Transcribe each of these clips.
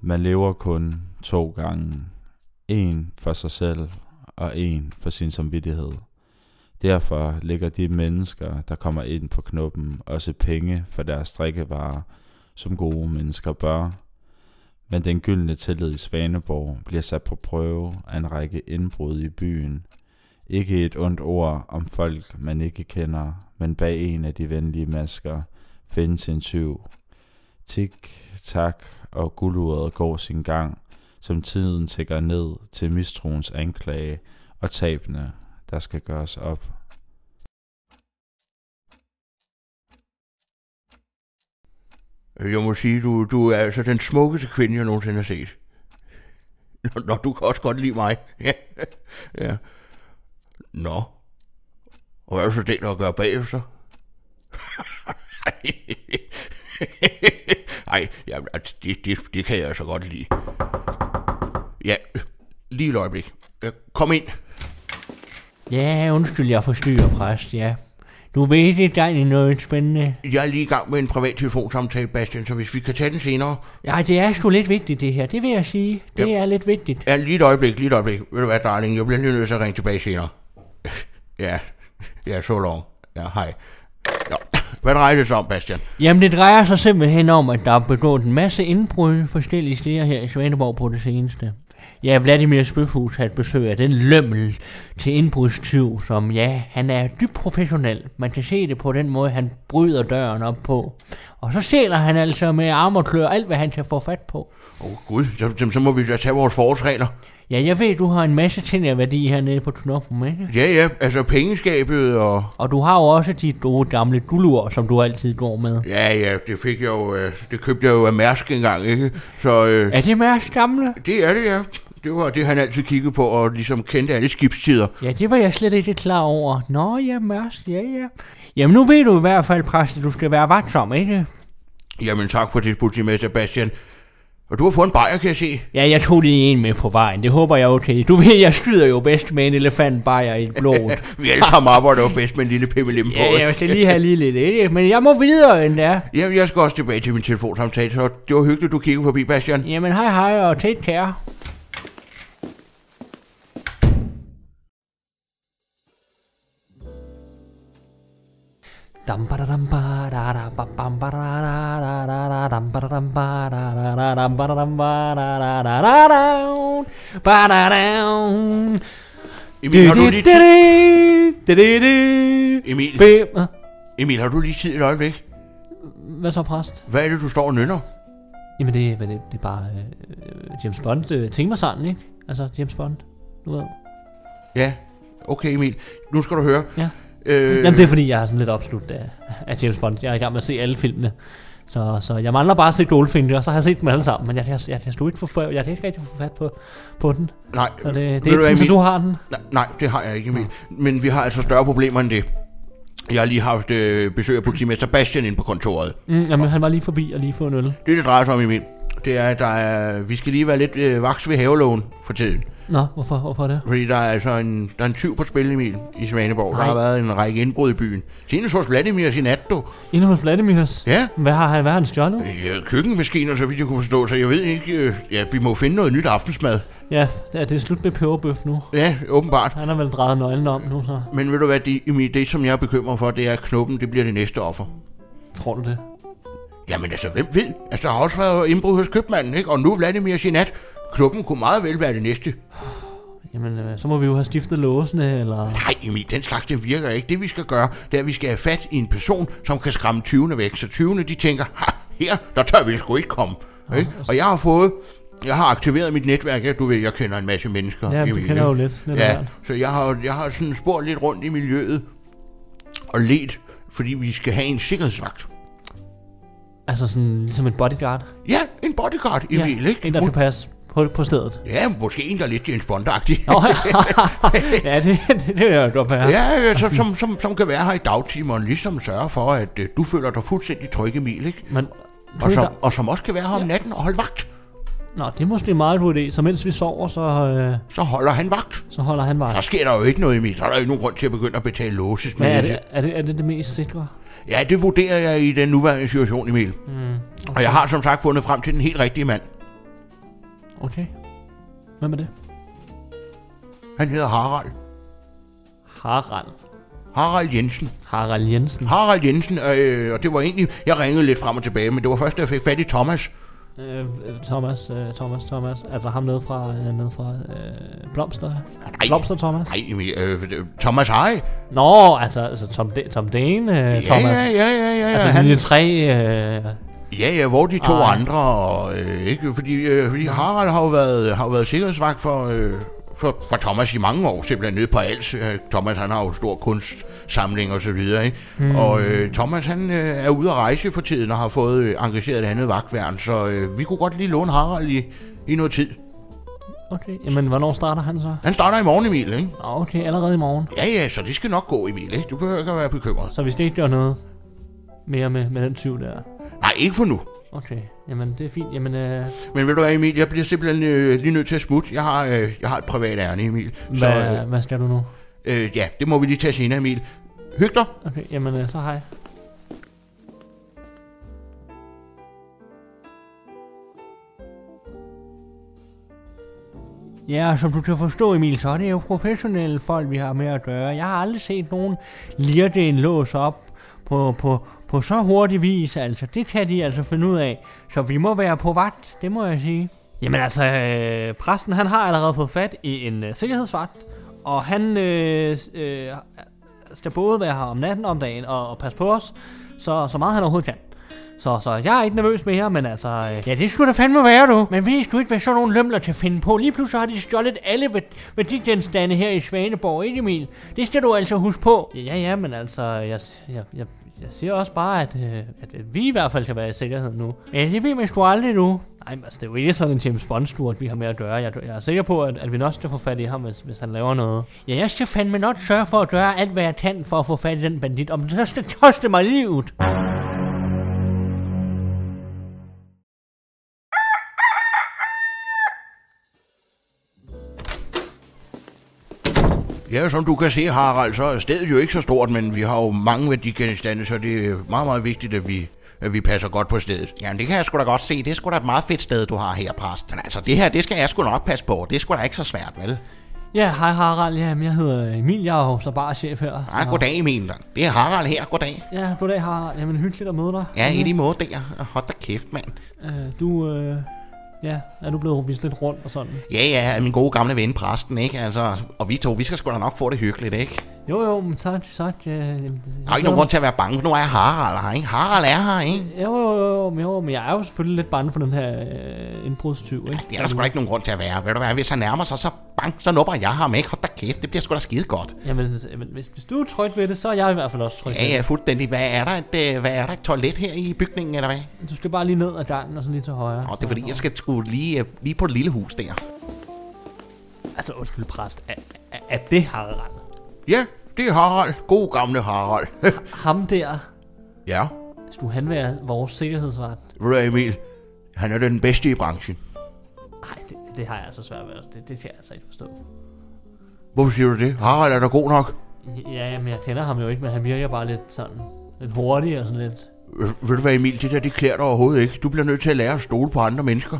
Man lever kun to gange. En for sig selv, og en for sin samvittighed. Derfor lægger de mennesker, der kommer ind på knuppen, også penge for deres drikkevarer, som gode mennesker bør. Men den gyldne tillid i Svaneborg bliver sat på prøve af en række indbrud i byen. Ikke et ondt ord om folk, man ikke kender, men bag en af de venlige masker findes en tyv. Tik, tak og gulduret går sin gang, som tiden tækker ned til mistroens anklage og tabene, der skal gøres op. Øh, Jeg må sige, du, du er altså den smukkeste kvinde, jeg nogensinde har set. Nå, Nå, du kan også godt lide mig. ja. ja. Nå. Og hvad er så det, der gør bagefter? Ej, jamen, altså, det, det, det kan jeg altså godt lide. Ja, lige et øjeblik. Ja, Kom ind. Ja, undskyld, jeg forstyrrer præst, ja. Du ved det, der er noget spændende. Jeg er lige i gang med en privat telefonsamtale, Bastian, så hvis vi kan tage den senere. Ja, det er sgu lidt vigtigt, det her. Det vil jeg sige. Det er lidt vigtigt. Ja, lige et øjeblik, lige et øjeblik. Ved du hvad, darling, jeg bliver lige nødt til at ringe tilbage senere. Ja, ja, så long. Ja, hej. Ja. Hvad drejer det sig om, Bastian? Jamen, det drejer sig simpelthen om, at der er begået en masse indbrud forskellige steder her i Svaneborg på det seneste. Ja, Vladimir Spøfhus har et besøg af den lømmel til indbrudstyv, som ja, han er dybt professionel. Man kan se det på den måde, han bryder døren op på. Og så stjæler han altså med arm og klør alt, hvad han kan få fat på. Åh oh, gud, så, så, så må vi da tage vores forholdsregler. Ja, jeg ved, du har en masse ting af værdi hernede på knoppen, ikke? Ja, ja, altså pengeskabet og... Og du har jo også de gode gamle gulur, som du altid går med. Ja, ja, det fik jeg jo, øh, det købte jeg jo af Mærsk engang, ikke? Så øh, Er det Mærs gamle? det er det, ja. Det var det, han altid kiggede på, og ligesom kendte alle skibstider. Ja, det var jeg slet ikke klar over. Nå ja, Mærsk, ja ja. Jamen nu ved du i hvert fald, præst, at du skal være vagtsom, ikke? Jamen tak for det, politimester Bastian. Og du har fået en bajer, kan jeg se. Ja, jeg tog lige en med på vejen. Det håber jeg er okay. Du ved, jeg skyder jo bedst med en elefantbajer i et blod. Vi alle sammen arbejder jo bedst med en lille pimmelim på. ja, jeg skal lige have lige lidt, ikke? Men jeg må videre end der. Jamen, jeg skal også tilbage til min telefonsamtale, så det var hyggeligt, du kiggede forbi, Bastian. Jamen hej hej og tæt kære. Dam ba da dam ba da da ba bam ba da da da da da dam ba da dam ba da da da dam ba da dam ba da da da da da ba da da Emil, har du lige tid, Emil. Emil. Be- Hva- Emil, har du lige tid et øjeblik? øh, Hvad så, præst? Hvad er det, du står og nynner? Jamen, det, men det, det er bare øh, James Bond. Øh, tænk mig sådan, ikke? Altså, James Bond. Du ved. Ja, okay Emil. Nu skal du høre. Ja. Øh, Jamen det er fordi, jeg er sådan lidt opslugt af, af James Bond. Jeg er i gang med at se alle filmene. Så, så jeg mangler bare at se Goldfinger, og så har jeg set dem alle sammen. Men jeg, jeg, jeg, jeg, stod ikke for, jeg kan ikke rigtig få fat på, på den. Nej, Så det, ved det du er ikke hvad, sådan, så Emil? du har den. Nej, nej, det har jeg ikke, Emil. Men vi har altså større problemer end det. Jeg har lige haft øh, besøg af politimester Bastian inde på kontoret. Mm, jamen, han var lige forbi og lige få en øl. Det, det drejer sig om, Emil, det er, at der er, vi skal lige være lidt øh, vaks ved haveloven for tiden. Nå, hvorfor, hvorfor det? Fordi der er altså en, der er en tyv på spil, Emil, i Svaneborg. Nej. Der har været en række indbrud i byen. Senest hos Vladimir sin du. Inde hos Vladimirs. Ja. Hvad har han, hvad har han stjålet? Ja, køkkenmaskiner, så vidt jeg kunne forstå, så jeg ved ikke... Øh, ja, vi må finde noget nyt aftensmad. Ja, det er, det er slut med peberbøf nu. Ja, åbenbart. Han har vel drejet nøglen om nu, så Men ved du hvad, det, Emil, det som jeg er bekymret for, det er, at knuppen det bliver det næste offer. tror du det? Jamen altså, hvem ved? Altså, der har også været indbrud hos købmanden, ikke? Og nu er Vladimir Sinat. Knuppen kunne meget vel være det næste. Jamen, øh, så må vi jo have stiftet låsene, eller... Nej, Emil, den slags, den virker ikke. Det vi skal gøre, det er, at vi skal have fat i en person, som kan skræmme tyvene væk. Så tyvene, de tænker, ha, her, der tør vi sgu ikke komme. Ikke? Og jeg har fået, jeg har aktiveret mit netværk, ja, du ved, jeg kender en masse mennesker. Ja, du Emil, kender jo ikke? lidt- lidt af Ja, hvert. så jeg har, jeg har sådan spurgt lidt rundt i miljøet og let, fordi vi skal have en sikkerhedsvagt. Altså sådan ligesom et bodyguard. Ja, en bodyguard, Emil, ja, ikke? En, der kan Må- passe på, på stedet. Ja, måske en, der er lidt James Bond-agtig. Nå, ja, det, det, det er jo godt være. Ja, ja som, som, som, som kan være her i dagtimerne, ligesom sørge for, at øh, du føler dig fuldstændig tryg, Emil, ikke? Men, Og som, og som også kan være her om natten og holde vagt. Nå, det er måske en meget god idé. Så mens vi sover, så, øh, Så holder han vagt. så holder han vej. Så sker der jo ikke noget, Emil. Så er der jo ikke nogen grund til at begynde at betale låses. Men med er det. det, er, det, er det det mest sikre? Ja, det vurderer jeg i den nuværende situation, Emil. Mm, okay. Og jeg har som sagt fundet frem til den helt rigtige mand. Okay. Hvem er det? Han hedder Harald. Harald. Harald Jensen. Harald Jensen. Harald Jensen, øh, og det var egentlig, jeg ringede lidt frem og tilbage, men det var først, da jeg fik fat i Thomas. Øh, Thomas, øh, Thomas, Thomas. Altså ham nede fra, øh, nede fra øh, Blomster. Nej. Blomster Thomas. Nej, men, øh, Thomas Hej. Nå, altså, altså Tom, De- Tom Dane, øh, Thomas. Ja, ja, ja, ja, ja. Altså han, linje 3. Øh, ja, ja, hvor de to Ej. Mm. andre, og, øh, ikke? Fordi, øh, fordi Harald har jo været, har jo været sikkerhedsvagt for, øh, for, for Thomas i mange år, simpelthen nede på Als. Øh, Thomas, han har jo stor kunstsamling og så videre, ikke? Mm. Og øh, Thomas, han øh, er ude at rejse for tiden og har fået øh, engageret et andet vagtværn, så øh, vi kunne godt lige låne Harald i, i noget tid. okay, jamen hvornår starter han så? Han starter i morgen, Emil, ikke? Nå, okay, allerede i morgen. Ja, ja, så det skal nok gå, Emil, ikke? Du behøver ikke at være bekymret. Så hvis det ikke gør noget mere med, med den tyv der. Nej, ikke for nu. Okay, jamen det er fint. Jamen, øh, Men ved du hvad, Emil, jeg bliver simpelthen øh, lige nødt til at smutte. Jeg har, øh, jeg har et privat ærne, Emil. Så hvad, hvad skal du nu? øh, øh, ja, det må vi lige tage senere, Emil. Hyg dig. Okay, jamen øh, så hej. Ja, og som du kan forstå, Emil, så er det jo professionelle folk, vi har med at gøre. Jeg har aldrig set nogen lirte en lås op på, på, på så hurtig vis, altså. Det kan de altså finde ud af. Så vi må være på vagt, det må jeg sige. Jamen altså, øh, præsten han har allerede fået fat i en øh, sikkerhedsvagt, og han øh, s- øh, skal både være her om natten om dagen og, og passe på os, så, så meget han overhovedet kan. Så, så jeg er ikke nervøs mere, men altså... Øh, ja, det skulle da fandme være, du. Men ved du ikke, hvad sådan nogle lømler kan finde på? Lige pludselig har de stjålet alle værd- værdigenstande her i Svaneborg, ikke Emil? Det skal du altså huske på. Ja, ja, men altså... Jeg, jeg, jeg, jeg siger også bare, at, øh, at, at vi i hvert fald skal være i sikkerhed nu. Men det ved man sgu aldrig nu. Nej, men altså, det er jo ikke sådan en James Bond-sturt, vi har med at gøre. Jeg, jeg er sikker på, at, at vi nok skal få fat i ham, hvis, hvis han laver noget. Ja, jeg skal fandme nok sørge for at gøre alt, hvad jeg kan for at få fat i den bandit, om det så skal koste mig livet. Ja, som du kan se, Harald, så er stedet jo ikke så stort, men vi har jo mange værdigenstande, så det er meget, meget vigtigt, at vi at vi passer godt på stedet. Jamen, det kan jeg sgu da godt se. Det er sgu da et meget fedt sted, du har her, præst. Men altså, det her, det skal jeg sgu nok passe på. Det er sgu da ikke så svært, vel? Ja, hej Harald. Jamen, jeg hedder Emil. Jeg er jo så bare chef her. Så... Ah, goddag, Emil. Det er Harald her. Goddag. Ja, goddag Harald. Jamen, hyggeligt at møde dig. Ja, i lige måde der. Hold da kæft, mand. Øh, du, øh... Ja, er du blevet vist lidt rundt og sådan? Ja, ja, min gode gamle ven, præsten, ikke? Altså, og vi to, vi skal sgu da nok få det hyggeligt, ikke? Jo, jo, men tak, tak. Øh, jamen, jeg Der er ikke glæder nogen mig. grund til at være bange, for nu er Harald her, ikke? Harald er her, ikke? Jo, jo, jo, jo, men jo, men jeg er jo selvfølgelig lidt bange for den her øh, indbrudstyv, ikke? Det er der sgu da ikke nogen grund til at være. Ved du hvad, hvis han nærmer sig, så bang, så nupper jeg ham, ikke? Hold da kæft, det bliver sgu da skide godt. Jamen, jamen hvis, hvis du er tryg ved det, så er jeg i hvert fald også tryg Ja, ved ja, fuldstændig. Hvad er der et, øh, hvad er der et toilet her i bygningen, eller hvad? det. Du skal bare lige ned ad gangen og så lige til højre. Nå, det er fordi, jeg skal sgu lige, øh, lige på et lille hus der. Altså, undskyld, præst. Er, er, er det Harald? Ja, det er Harald. God gamle Harald. Ham der, ja, skulle han være vores sikkerhedsvagt? ved du hvad, Emil? Han er den bedste i branchen. Nej, det, det har jeg altså svært ved. Det, det kan jeg altså ikke forstå. Hvorfor siger du det? Harald er da god nok. Ja, jamen, jeg kender ham jo ikke, men han virker bare lidt sådan... Lidt hurtig og sådan lidt... Øh, Ved du hvad, Emil, det der, det klæder dig overhovedet ikke. Du bliver nødt til at lære at stole på andre mennesker.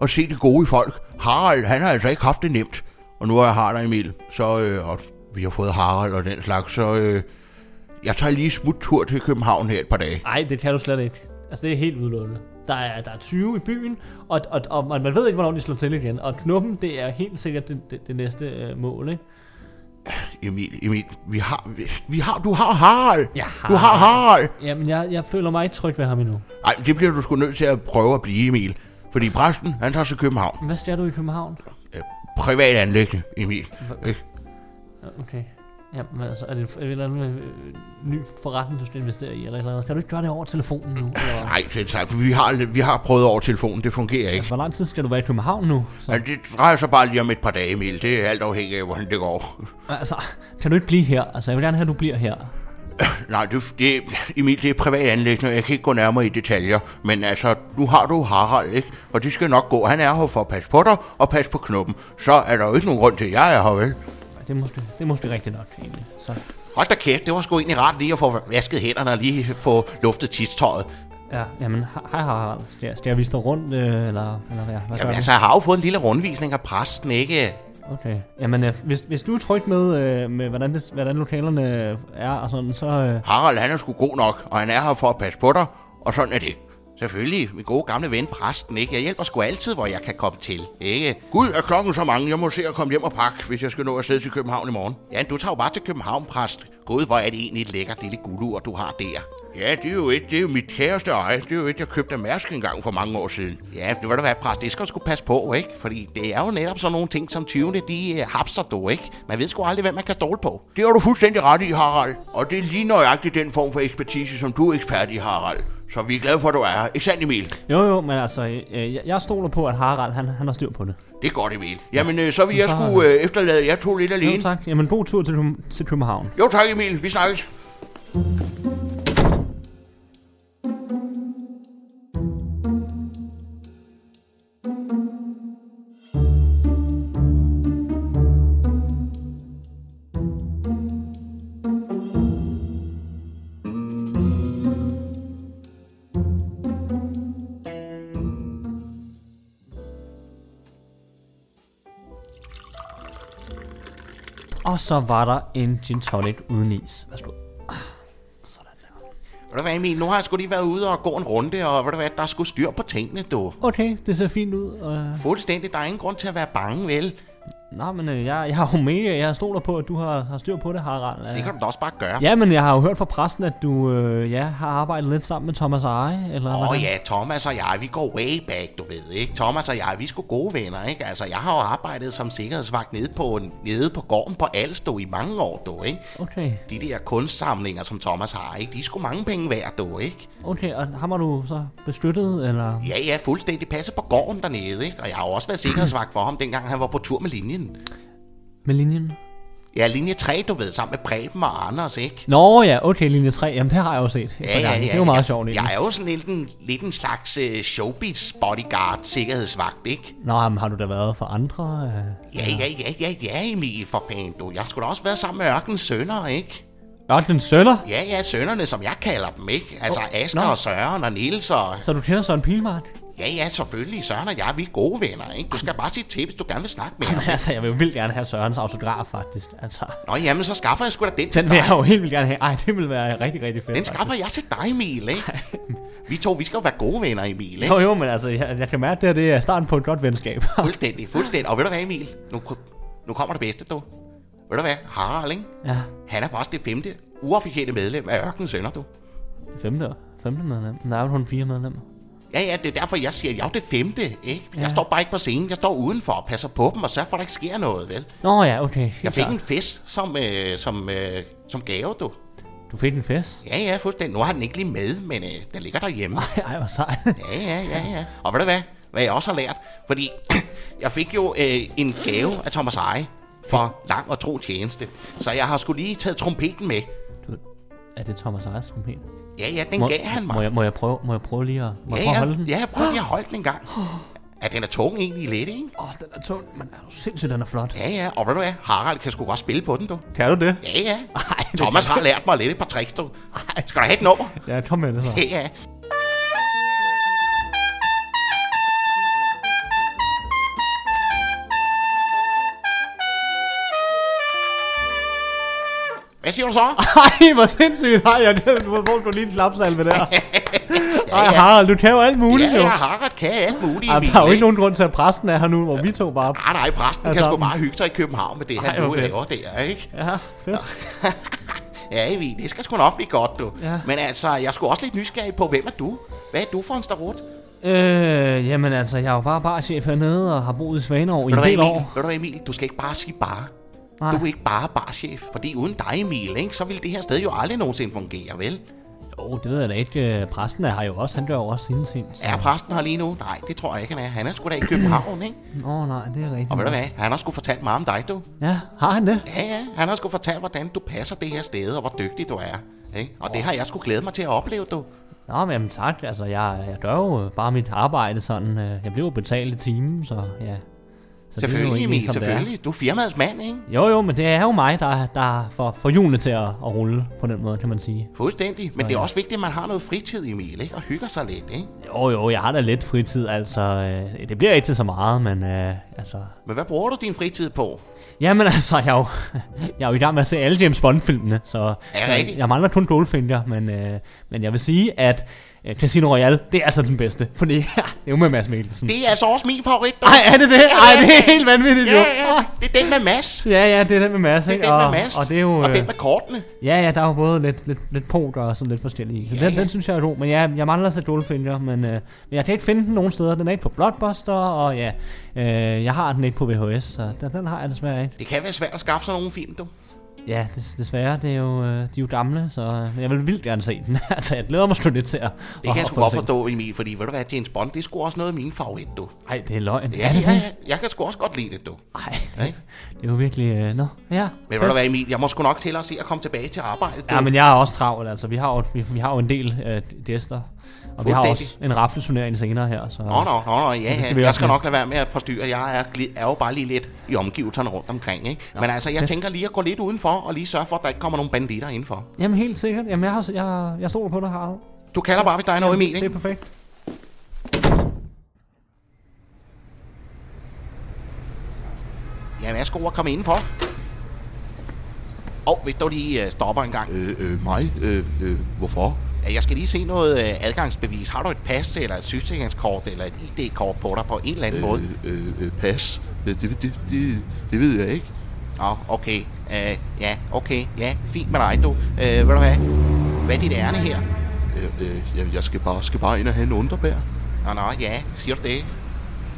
Og se det gode i folk. Harald, han har altså ikke haft det nemt. Og nu er jeg her, Emil. Så, øh, og vi har fået Harald og den slags, så... Øh, jeg tager lige smut tur til København her et par dage. Nej, det kan du slet ikke. Altså, det er helt udelukket. Der er, der er 20 i byen, og, og, og man, man ved ikke, hvornår de slår til igen. Og knuppen, det er helt sikkert det, det, det næste øh, mål, ikke? Emil, Emil, vi har... Vi, vi har du har Harald! Jeg Du har Harald! Jamen, jeg, jeg føler mig ikke tryg ved ham endnu. Nej, det bliver du sgu nødt til at prøve at blive, Emil. Fordi præsten, han tager til København. Hvad sker du i København? Øh, privat anlæggende, Emil. Ikke? Okay. Jamen, altså, er det et eller andet øh, ny forretning, du skal investere i, eller et eller andet? Kan du ikke gøre det over telefonen nu? Eller? Nej, det er sagt. Vi har, vi har prøvet over telefonen, det fungerer ikke. Altså, Hvor lang tid skal du være i København nu? Så, Men det drejer sig bare lige om et par dage, Emil. Det er alt afhængigt af, hvordan det går. altså, kan du ikke blive her? Altså, jeg vil gerne have, at du bliver her. Nej, det, det, Emil, det er privat anlæggende, og jeg kan ikke gå nærmere i detaljer. Men altså, nu har du Harald, ikke? Og det skal nok gå. Han er her for at passe på dig og passe på knuppen. Så er der jo ikke nogen grund til, at jeg er her, vel? Nej, Det er måske, det er måske rigtigt nok, egentlig. Så, Hold da kæft, det var sgu egentlig rart lige at få vasket hænderne og lige få luftet tidstøjet. Ja, jamen, he- hej Harald. Skal, skal vi stå rundt, øh, eller, eller hvad, hvad Jamen gør altså, jeg har jo fået en lille rundvisning af præsten, ikke? du? Okay. Jamen, øh, hvis, hvis du er tryg med, øh, med hvordan, det, hvordan lokalerne er og sådan, så... Øh, Harald, han er sgu god nok, og han er her for at passe på dig, og sådan er det. Selvfølgelig, min gode gamle ven præsten, ikke? Jeg hjælper sgu altid, hvor jeg kan komme til, ikke? Gud, er klokken så mange, jeg må se at komme hjem og pakke, hvis jeg skal nå at sidde til København i morgen. Ja, du tager jo bare til København, præst. Gud, hvor er det egentlig et lækkert lille guldur, du har der. Ja, det er jo et, det er jo mit kæreste eje. Det er jo et, jeg købte af Mærsk engang for mange år siden. Ja, det var da være præst, det skal du sgu passe på, ikke? Fordi det er jo netop sådan nogle ting, som tyvene, de øh, hapser du, ikke? Man ved sgu aldrig, hvem man kan stole på. Det har du fuldstændig ret i, Harald. Og det er lige nøjagtigt den form for ekspertise, som du er ekspert i, Harald. Så vi er glade for, at du er her. Ikke sandt, Emil? jo, jo, men altså, øh, jeg, jeg stoler på, at Harald, han, han har styr på det. Det er godt, Emil. Jamen, øh, så vil jeg Så har sgu øh, efterlade jer to lidt Jo, alene. tak. Jamen, god tur til, Køb- til København. Jo tak, Emil. Vi snakkes. Og så var der en gin tonic uden is. Værsgo. Ved du hvad, Emil? Nu har jeg sgu lige været ude og gå en runde, og ved du hvad, der er sgu styr på tingene, du. Okay, det ser fint ud. Øh, Fuldstændig. Der er ingen grund til at være bange, vel? nej, men øh, jeg, jeg har jo mega, jeg stoler på, at du har, har styr på det, Harald. Øh, Det kan du da også bare gøre. Ja, men jeg har jo hørt fra præsten, at du øh, ja, har arbejdet lidt sammen med Thomas Eje, eller Åh hvordan? oh, ja, Thomas og jeg, vi går way back, du ved, ikke? Thomas og jeg, vi er sgu gode venner, ikke? Altså, jeg har jo arbejdet som sikkerhedsvagt nede på, nede på gården på Alstå i mange år, du, ikke? Okay, De der kunstsamlinger, som Thomas har, ikke? De er sgu mange penge værd, du, ikke? okay, og ham har du så beskyttet, eller? Ja, ja, fuldstændig passe på gården dernede, ikke? Og jeg har jo også været sikkerhedsvagt for ham, dengang han var på tur med linjen. Med linjen? Ja, linje 3, du ved, sammen med Preben og Anders, ikke? Nå ja, okay, linje 3, jamen det har jeg jo set. et par gange. Det er jo meget sjovt, Jeg egentlig. er jo sådan lidt en, lidt en slags uh, showbiz bodyguard, sikkerhedsvagt, ikke? Nå, jamen, har du da været for andre? Øh? Ja, ja, ja, ja, ja, Emil, for fanden, du. Jeg skulle da også være sammen med Ørkens sønner, ikke? Ørkenens sønner? Ja, ja, sønnerne, som jeg kalder dem, ikke? Altså Åh, oh, Asger nå. og Søren og Niels og... Så du kender Søren Pilmark? Ja, ja, selvfølgelig. Søren og jeg, vi er gode venner, ikke? Du skal bare sige til, hvis du gerne vil snakke med ham. altså, jeg vil jo vildt gerne have Sørens autograf, faktisk. Altså, Nå, jamen, så skaffer jeg sgu da den til den dig. vil jeg jo helt vildt gerne have. Ej, det vil være rigtig, rigtig fedt. Den faktisk. skaffer jeg til dig, Emil, ikke? Vi to, vi skal jo være gode venner, Emil, ikke? Jo, jo, men altså, jeg, jeg kan mærke, at det her det er starten på et godt venskab. Fuldstændig, fuldstændig. Og ved du hvad, Emil? Nu, ko- nu kommer det bedste, du. Ved du hvad? Harald, ikke? ja, Han er faktisk det femte uofficielle medlem af Ørkens Sønder, du. femte, femte medlem. Der er jo kun fire medlemmer. Ja, ja, det er derfor, jeg siger, at jeg er jo det femte, ikke? Jeg står bare ikke på scenen, jeg står udenfor og passer på dem og sørger for, at der ikke sker noget, vel? Nå ja, okay. helt Jeg fik klart. en fest som, øh, som, øh, som gave, du. Du fik en fest? Ja, ja, fuldstændig. Nu har den ikke lige med, men øh, den ligger derhjemme. Ej, hvor sejt. Ja, ja, ja, ja. Og ved du hvad? Hvad jeg også har lært? Fordi jeg fik jo øh, en gave af Thomas Eje for lang og tro tjeneste. Så jeg har sgu lige taget trompeten med. Du, er det Thomas Ejes trompet? Ja, ja, den gav han mig. Må jeg, må jeg, prøve, må jeg prøve lige at, må jeg prøve ja, at ja, holde den? ja, prøv lige at holde den en gang. Ja, den er tung egentlig lidt, ikke? Åh, oh, den er tung, men er du sindssygt, den er flot. Ja, ja, og ved du hvad? Harald kan sgu godt spille på den, du. Kan du det? Ja, ja. Ej, det Thomas har lært mig lidt et par tricks, du. Skal du have et nummer? Ja, kom med det så. Ja, ja. Hvad siger du så? Ej, hvor sindssygt. Ej, jeg hvor brugte du lige en klapsalve der. Ej, Harald, du kan jo alt muligt, Ja, jo. ja, Harald kan alt muligt. Jamen, der er jo ikke nogen grund til, at præsten er her nu, hvor vi to bare... Nej, nej, præsten Altså- kan sgu bare hygge sig i København med det, han Ej, hvor nu fedt. laver der, ikke? Ja, fedt. Ja, Emil, det skal sgu nok blive godt, du. Ja. Men altså, jeg er sgu også lidt nysgerrig på, hvem er du? Hvad er du for en starot? Ved Øh, jamen altså, jeg er jo bare barchef hernede og har boet i Svaneår i en du hvad, del Emil? år. Ved du hvad, Emil? Du skal ikke bare sige bare. Nej. Du er ikke bare barchef, fordi uden dig, Emil, ikke, så ville det her sted jo aldrig nogensinde fungere, vel? Jo, det ved jeg da ikke. Øh, Præsten er her jo også. Han gør jo også sine ting. så- Er præsten her lige nu? Nej, det tror jeg ikke, han er. Han er sgu da i København, ikke? Åh, oh, nej, det er rigtigt. Og ved du hvad, han har sgu fortalt meget om dig, du. Ja, har han det? Ja, ja, han har sgu fortalt, hvordan du passer det her sted, og hvor dygtig du er. Ikke? Og det har jeg sgu glædet mig til at opleve, du. Nå, men jamen, tak. Altså, jeg, jeg gør jo øh, bare mit arbejde sådan. øh, Jeg bliver jo betalt i timen, så ja. Så det er jo Selvfølgelig, egentlig, Emil, som det er. selvfølgelig. Du er firmaets mand, ikke? Jo, jo, men det er jo mig, der, der får, får hjulene til at, at rulle på den måde, kan man sige. Fuldstændig. Men det er også vigtigt, at man har noget fritid, Emil, ikke? Og hygger sig lidt, ikke? Jo, jo, jeg har da lidt fritid, altså. Øh, det bliver ikke til så meget, men øh, altså... Men hvad bruger du din fritid på? Jamen altså, jeg er jo, jeg er jo i gang med at se alle James Bond-filmene, så, det så rigtigt? jeg mangler kun Goldfinger, men, øh, men jeg vil sige, at øh, Casino Royale, det er altså den bedste, fordi det er jo med Mads Mikkelsen. Det er altså også min favorit, dog. Ej, er det det? Ej, det er helt vanvittigt, Ja, jo. ja, det er den med Mads. Ja, ja, det er den med Mads, Det er ikke? den og, med Mads. og det er jo... Og øh, den med kortene. Ja, ja, der er jo både lidt, lidt, lidt poker og sådan lidt forskellige. Så Ja, den, ja. den synes jeg er god, men jeg, jeg mangler at sætte Goldfinger, men, øh, men jeg kan ikke finde den nogen steder. Den er ikke på Blockbuster, og ja, øh, jeg har den ikke på VHS, så den, den har jeg desværre ikke. Det kan være svært at skaffe sig nogle film, du. Ja, des, desværre, det er jo, øh, de er jo gamle, så øh, men jeg vil vildt gerne se den. altså, jeg glæder mig sgu lidt til at... Det kan jeg sgu godt forstå, Emil, fordi ved du hvad, James Bond, det er sgu også noget af min favorit, du. Nej, det er løgn. Ja, ja, ja, jeg kan sgu også godt lide det, du. Nej, Ja, ikke? det er jo virkelig... Øh, Nå, ja. Men ved du hvad, Emil, jeg må sgu nok til at se at komme tilbage til arbejdet, du. Ja, men jeg er også travl, altså. Vi har jo, vi, vi har jo en del øh, gæster, og vi har også Fuldstændig. en rafleturnering senere her, så... Nå, nå, nå, nå, ja, skal ja. vi jeg også skal med. nok lade være med at forstyrre. Jeg er, gli- er jo bare lige lidt i omgivelserne rundt omkring, ikke? Men altså, jeg tænker lige at gå lidt udenfor og lige sørge for, at der ikke kommer nogen banditter indenfor. Jamen helt sikkert. Jamen jeg, har, jeg, jeg stoler på dig, Harald. Du kalder bare, hvis der er noget, Emil, Det er ikke? perfekt. Ja, værsgo at komme indenfor. Og hvis du lige øh, stopper en gang. Øh, øh, mig? Øh, øh, hvorfor? Jeg skal lige se noget øh, adgangsbevis. Har du et pas, eller et sygesikringskort, eller et ID-kort på dig på en eller anden øh, måde? Øh, øh, pas. Øh, Det, det, det, det ved jeg ikke. Nå, okay. Øh, ja, okay. Ja, fint med dig, du. Øh, ved du hvad? Hvad er dit ærne her? Øh, øh, jamen, jeg skal bare, skal bare ind og have en underbær. Nå, nå, ja, siger du det?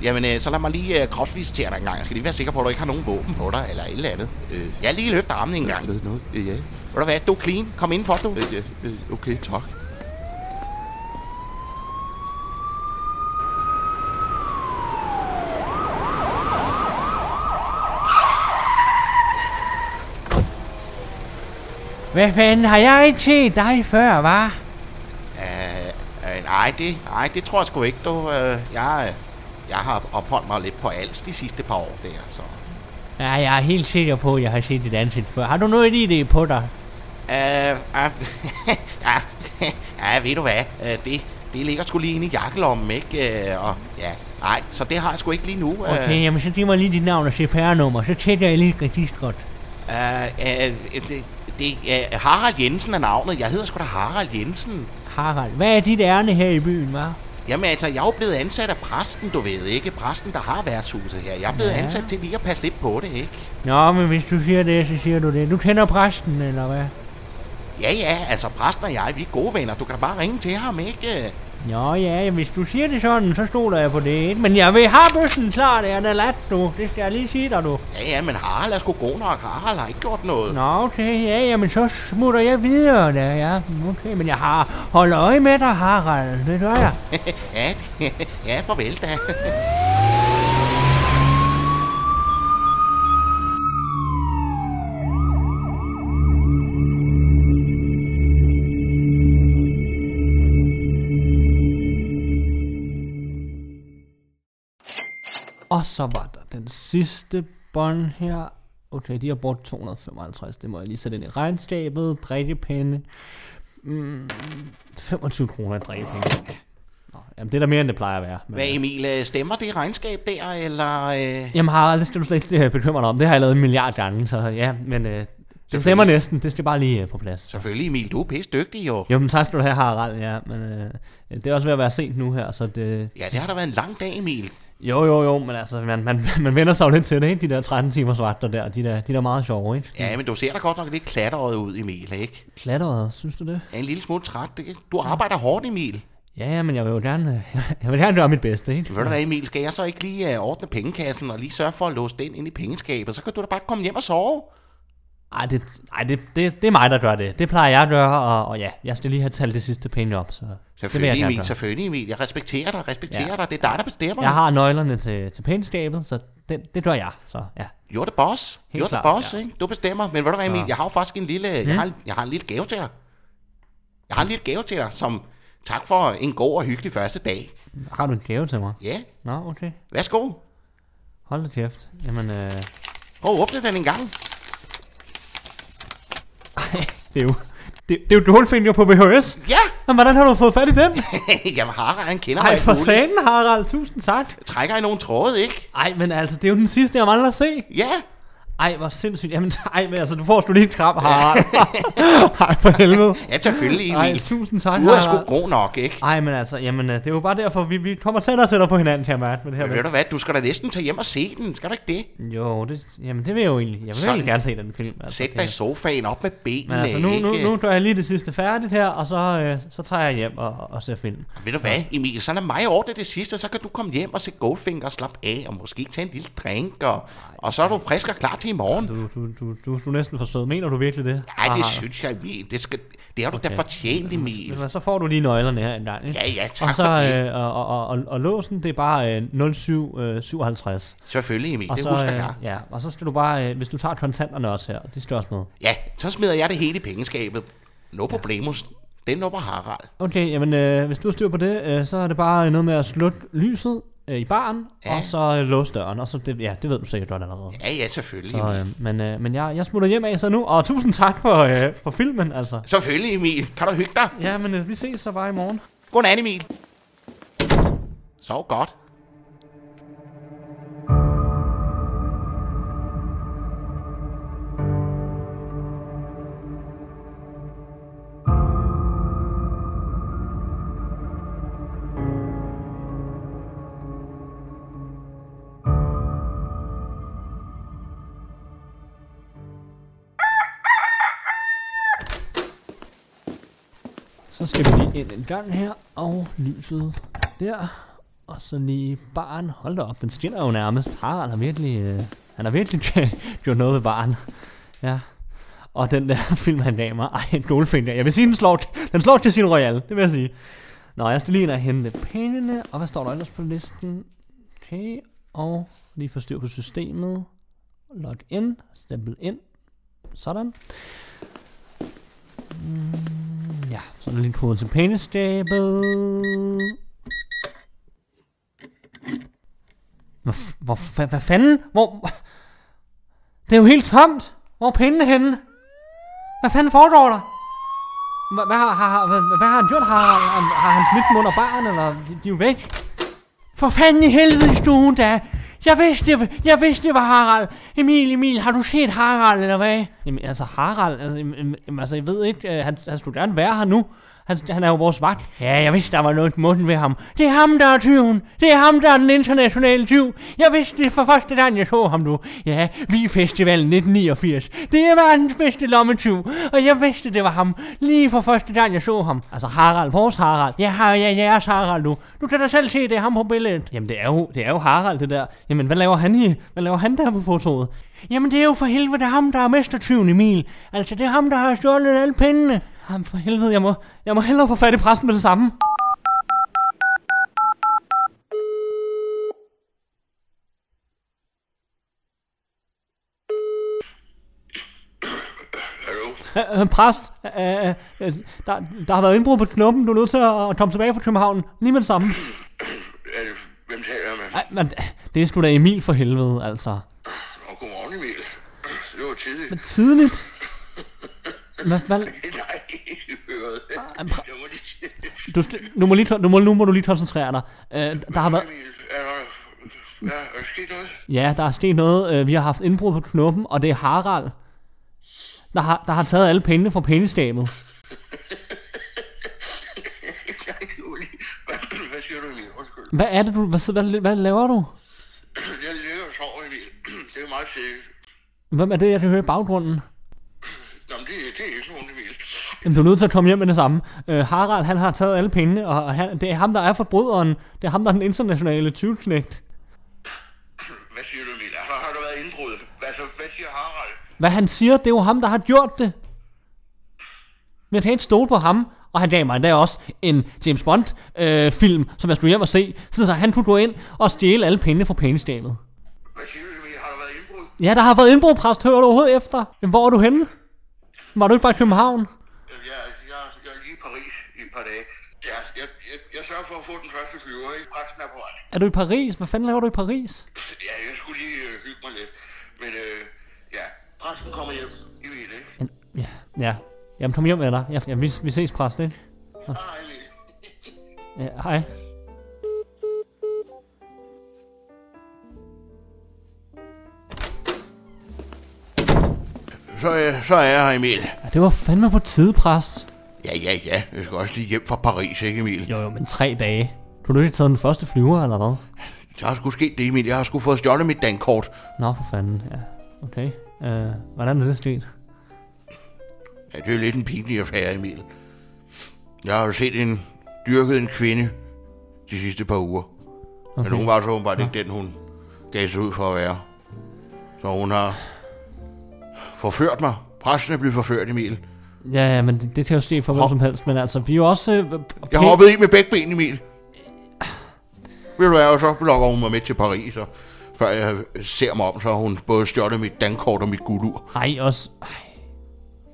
Jamen, øh, så lad mig lige øh, kropsvisitere dig en gang. Jeg skal lige være sikker på, at du ikke har nogen våben på dig, eller et eller andet. Øh. Øh. Jeg lige løfter armen en gang. Ved Ved noget? Øh, ja. du hvad, du er clean. Kom indenfor, du. Øh, ja. Øh, okay, tak. Hvad fanden har jeg ikke set dig før, hva'? Øh, øh, nej, det, nej, det tror jeg sgu ikke, du. Øh, jeg, øh, jeg har opholdt mig lidt på alt de sidste par år der, så... Ja, jeg er helt sikker på, at jeg har set dit ansigt før. Har du noget idé på dig? Øh, øh, ja, ja, ved du hvad, øh, det, det ligger sgu lige inde i jakkelommen, ikke? Øh, og, ja, nej, så det har jeg sgu ikke lige nu. øh. Okay, jamen så giv mig lige dit navn og CPR-nummer, så tætter jeg lige registret godt. Øh, øh, det, det, øh, Harald Jensen er navnet. Jeg hedder sgu da Harald Jensen. Harald, hvad er dit ærne her i byen, hva'? Jamen altså, jeg er jo blevet ansat af præsten, du ved ikke? Præsten, der har værtshuset her. Jeg er blevet Ja. ja. ansat til lige at passe lidt på det, ikke? Nå, men hvis du siger det, så siger du det. Du kender præsten, eller hvad? Ja, ja, altså præsten og jeg, vi er gode venner. Du kan da bare ringe til ham, ikke? Nå ja, jamen, hvis du siger det sådan, så stoler jeg på det, ikke? Men jeg vil have bøssen klar, det er da lat, du. Det skal jeg lige sige dig, du. Ja, ja, men Harald er sgu god nok. Harald har ikke gjort noget. Nå. Nå, okay, ja, jamen så smutter jeg videre der, ja. Okay, men jeg har holdt øje med dig, Harald, det gør jeg. ja, ja, farvel da. Og så var der den sidste bånd her. Okay, de har brugt 255, det må jeg lige sætte ind i regnskabet, drikkepinde. Mm, 25 kroner i drikkepinde. Nå, jamen det er da mere, end det plejer at være. Men, Hvad Emil, øh, stemmer det regnskab der, eller... Øh... Jamen Harald, det skal du slet ikke øh, bekymre dig om. Det har jeg lavet en milliard gange, så ja, men øh, det stemmer næsten. Det skal bare lige øh, på plads. Selvfølgelig Emil, du er pisse dygtig jo. Jamen tak skal du have, Harald, ja, men øh, det er også ved at være sent nu her, så det... Ja, det har da været en lang dag, Emil. Jo, jo, jo, men altså, man, man, man vender sig jo lidt til det, ikke? De der 13 timers vagter der, de der, de der meget sjove, ikke? Ja, men du ser da godt nok lidt klatteret ud, Emil, ikke? Klatteret, synes du det? Jeg er en lille smule træt. ikke? Du arbejder hårdt, Emil. Ja, ja, men jeg vil jo gerne, øh, jeg vil gerne gøre mit bedste, ikke? Ved du hvad, Emil, skal jeg så ikke lige uh, ordne pengekassen og lige sørge for at låse den ind i pengeskabet? Så kan du da bare komme hjem og sove. Ej, det, ej det, det, det er mig, der gør det. Det plejer jeg at gøre, og, og ja, jeg skal lige have talt det sidste penge op, så det vil jeg Selvfølgelig, gerne Emil, gøre. selvfølgelig, Emil. Jeg respekterer dig, respekterer Ja. ja. dig. Det er dig, der bestemmer. Jeg har nøglerne til, til pengeskabet, så det, det gør jeg, så ja. You're the boss. Helt You're the klart, boss, ja. ja. ikke? Du bestemmer. Men ved du hvad, Emil, jeg har jo faktisk en lille, øh, jeg, har, jeg har en lille gave til dig. Jeg har en lille gave til dig, som tak for en god og hyggelig første dag. Har du en gave til mig? Ja, Nå, okay. værsgo. Hold da kæft. Jamen, øh, Prøv at åbne den en gang. det er jo... Det, det er jo Dolfinger på VHS. Ja! Men hvordan har du fået fat i den? Jamen, Harald, han kender Nej, mig for ikke. satan, Harald. Tusind tak. Trækker i nogen tråde, ikke? Ej, men altså, det er jo den sidste, jeg mangler at se. Ja! Ej, hvor sindssygt. Jamen, ej, men altså, du får sgu lige et kram, Harald. ej, for helvede. Ja, selvfølgelig, Ej, Emil. tusind tak, Du er sgu Harald. god nok, ikke? Ej, men altså, jamen, øh, det er jo bare derfor, vi, vi kommer tættere og tættere på hinanden her, Matt, med det her. Men ved du hvad, du skal da næsten tage hjem og se den. Skal du ikke det? med- Jo, det, jamen, det vil jeg jo egentlig. Jeg vil Sådan. Sådan. gerne se den film. Altså, Sæt det- dig i sofaen op med Men benene, altså, nu, nu, ikke? nu gør jeg lige det sidste færdigt her, og så, øh, så tager jeg hjem og, og ser film. Ved du hvad, Emil, så lad mig ordne det sidste, så kan du komme hjem og se Goldfinger og slappe af, og måske tage en lille drink, og, og så er du frisk og klar til i morgen. Du, du, du, du, du er næsten for sød. Mener du Ah. virkelig det? Nej, det Harald? synes jeg, Emil. Det, skal, det har du da fortjent, Emil. Ved du hvad, Så får du lige nøglerne her en gang. Ikke? Ja, ja, tak og så, for det. øh, og, og, og, og, og låsen, det er bare øh, 0757. Selvfølgelig, Emil, og det så, øh, husker jeg. ja, og så skal du bare, øh, hvis du tager kontanterne også her, det skal også med. Ja, så smider jeg det hele i pengeskabet. No problemos. Den opper Harald. Okay, jamen øh, hvis du har styr på det, øh, så er det bare noget med at slukke lyset øh, i baren, Ja. ja. og så øh, låse døren, og så det, ja, det ved du sikkert godt allerede. Ja, ja, selvfølgelig, Så, Emil. øh, men øh, men jeg, jeg smutter hjem af så nu, og tusind tak for, øh, for filmen, altså. Selvfølgelig, Emil. Kan du hygge dig? Ja, men øh, vi ses så bare i morgen. Godnat, Emil. Sov godt. Så skal vi lige ind en gang her, og lyset der, og så lige baren. Hold da op, den skinner jo nærmest. Harald har virkelig, øh, han har virkelig gjort noget ved baren. Ja. Og den der film, han gav mig, ej, en Goldfinger. Jeg vil sige, den slår, den slår Casino Royale, det vil jeg sige. Nå, jeg skal lige ind og hente pengene, og hvad står der ellers på listen? Okay, og lige få styr på systemet. Log in, stempel ind. Sådan. Ja, så er der lige kode til pæneskabet. Hvor, f- hvor, hvad, hvad fanden? Hvor... Det er jo helt tomt! Hvor er pengene henne? Hvad fanden foregår der? Hva- Hvad har, har, har, hvad, hvad har han gjort? Har, har, har han smidt dem under baren, eller de, de er jo væk? For fanden i helvede stuen da! Jeg vidste, det, jeg vidste, det var Harald. Emil, Emil, har du set Harald, eller hvad? Jamen, altså, Harald, altså, em- em- em- altså jeg ved ikke, øh, han, han skulle gerne være her nu. Han, han er jo vores vagt. Ja, jeg vidste, der var noget i munden ved ham. Det er ham, der er tyven. Det er ham, der er den internationale tyv. Jeg vidste det for første gang, jeg så ham nu. Ja, vi festivalen 1989. Det er verdens bedste lommetyv. Og jeg vidste, det var ham. Lige for første gang, jeg så ham. Altså Harald, vores Harald. Ja, har- ja, ja, jeres Harald nu. Du kan da selv se, det er ham på billedet. Jamen, det er jo, det er jo Harald, det der. Jamen, hvad laver han i? Hvad laver han der på fotoet? Jamen, det er jo for helvede ham, der er mestertyven, Emil. Altså, det er ham, der har stjålet alle pindene. Jamen, for helvede, jeg må, jeg må hellere få fat i pressen med det samme. Øh, øh, præst, øh, øh, øh, der, der har været indbrud på knoppen. Du er nødt til at, at komme tilbage fra København lige med det samme. Er det, hvem taler man? Ej, men det er sgu da Emil for helvede, altså. Nå, godmorgen Emil. Det var tidligt. Tidligt. Hvad, hvad? Det har jeg ikke hørt. pr- Jeg må lige sige, Du, st- nu, må lige, kon- nu, må, nu må du lige koncentrere dig. Øh, der har været, Emil, er der, hvad, er der sket noget? ja, der er sket noget. Øh, vi har haft indbrud på knoppen, og det er Harald, der har, der har taget alle pengene fra pengeskabet. Nej, Juli. Hvad- Hvad siger du, Emil? Undskyld. Hvad er det, du... Hvad, hvad, hvad laver du? Jeg ligger og sover, Emil. Det er meget tidligt. Hvem er det, jeg kan høre i baggrunden? Nå, men det, det er ikke nogen, Emil. Jamen, du er nødt til at komme hjem med det samme. Øh, Harald, han har taget alle pengene, og og han, det er ham, der er forbryderen. Det er ham, der er den internationale tyvknægt. Hvad siger du, Emil? Har, har der været indbrud? Altså, hvad siger Harald? Hvad han siger, det er jo ham, der har gjort det. Men jeg kan ikke stole på ham. Og han gav mig endda også en James Bond-film, øh, film, som jeg skulle hjem og se. Så, så han kunne gå ind og stjæle alle pengene fra pengestamet. Hvad siger du, Emil? Har der været indbrud? Ja, der har været indbrud, præst. Hører du overhovedet efter? Jamen, hvor er du henne? Var du ikke bare i København? altså, Jeg, jeg, jeg er lige i Paris i et par dage. Jeg, jeg, jeg, jeg Jeg sørger for at få den første flyver, ikke? Resten er på vej. Er du i Paris? Hvad fanden laver du i Paris? Ja, jeg skulle lige øh, hygge mig lidt. Men øh, ja, resten kommer hjem i bil, ikke? Men- Ja, ja. Jamen, kom hjem med dig. Ja, ja, vi, vi ses, præst, ikke? Hej, Emil. Ja, hej. Så, øh, så er jeg her, Emil. Ja, det var fandme på tide, præst. Ja, ja, ja. Jeg skal også lige hjem fra Paris, ikke Emil? Jo, jo, men tre dage. Du har lige taget den første flyver, eller hvad? Der har sgu sket det, Emil. Jeg har sgu fået stjålet mit dankort. Nå, for fanden, ja. Okay. Øh, hvordan er det sket? Ja, det er jo lidt en pinlig affære, Emil. Jeg har jo set en dyrket en kvinde de sidste par uger. Okay. Men hun var så åbenbart ikke den, hun gav sig ud for at være. Så hun har forført mig. Præsten er blevet forført, Emil. Ja, ja, men det, det kan jo ske for hvem Hop. som helst, men altså, vi er jo også... Øh, Jeg har hoppet i med begge ben, Emil. Ved du hvad, og så lokker hun mig med til Paris, og før jeg ser mig om, så har hun både stjålet mit dankort og mit guldur. Ej, også... Ej.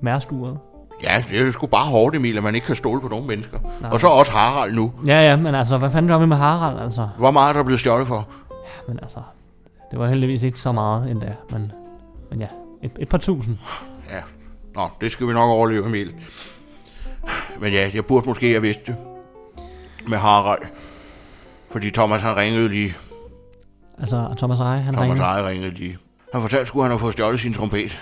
Mærskuret. Ja, det er jo sgu bare hårdt, Emil, at man ikke kan stole på nogen mennesker. Nej. Og så også Harald nu. Ja, ja, men altså, hvad fanden gør vi med Harald, altså? Hvor meget er der blevet stjålet for? Men altså, det var heldigvis ikke så meget endda, men, men ja, et, et par tusind. Ja, nå, det skal vi nok overleve, Emil. Men ja, jeg burde måske have vidst det. Med Harald. Fordi Thomas, han ringede lige. Altså, Thomas Eje, han Thomas ringede. Eje ringede lige. Han fortalte sgu, at han havde fået stjålet sin trompet.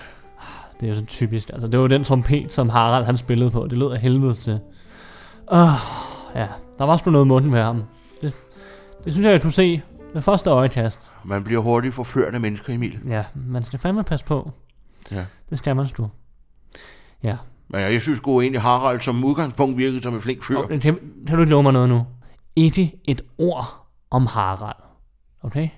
Det er jo så typisk, altså, det var den trompet, som Harald han spillede på, det lød af helvede til. Åh, ja, der var sgu noget i munden med ham. Det, det synes jeg, jeg kunne se ved første øjekast. Man bliver hurtigt forført af mennesker, Emil. Ja, man skal fandme passe på. Ja. Det skal man sgu. Ja. Men jeg synes sgu egentlig, Harald som udgangspunkt virkede som en flink fyr. Og, Øh, kan, kan du ikke love mig noget nu? Ikke et ord om Harald. Okay?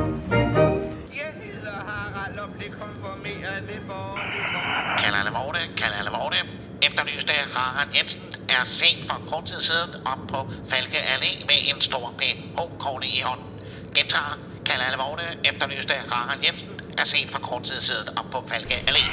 Jeg hedder Harald og blev konfirmeret ved borgerlig Kald alle vogne, kald alle vogne. Efterlyste Harald Jensen er set for kort tid siden op på Falke Allé med en stor BH-krone i hånden. Gentager, kald alle vogne. Efterlyste Harald Jensen er set for kort tid siden op på Falke Allé.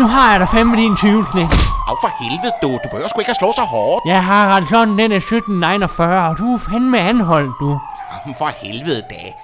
Nu har jeg da fandme din 20 knæk. Af for helvede, du. Du behøver sgu ikke at slå så hårdt. Jeg har Harald Sådan, den er 1749, og du er fandme anholdt, du. Jamen for helvede, da.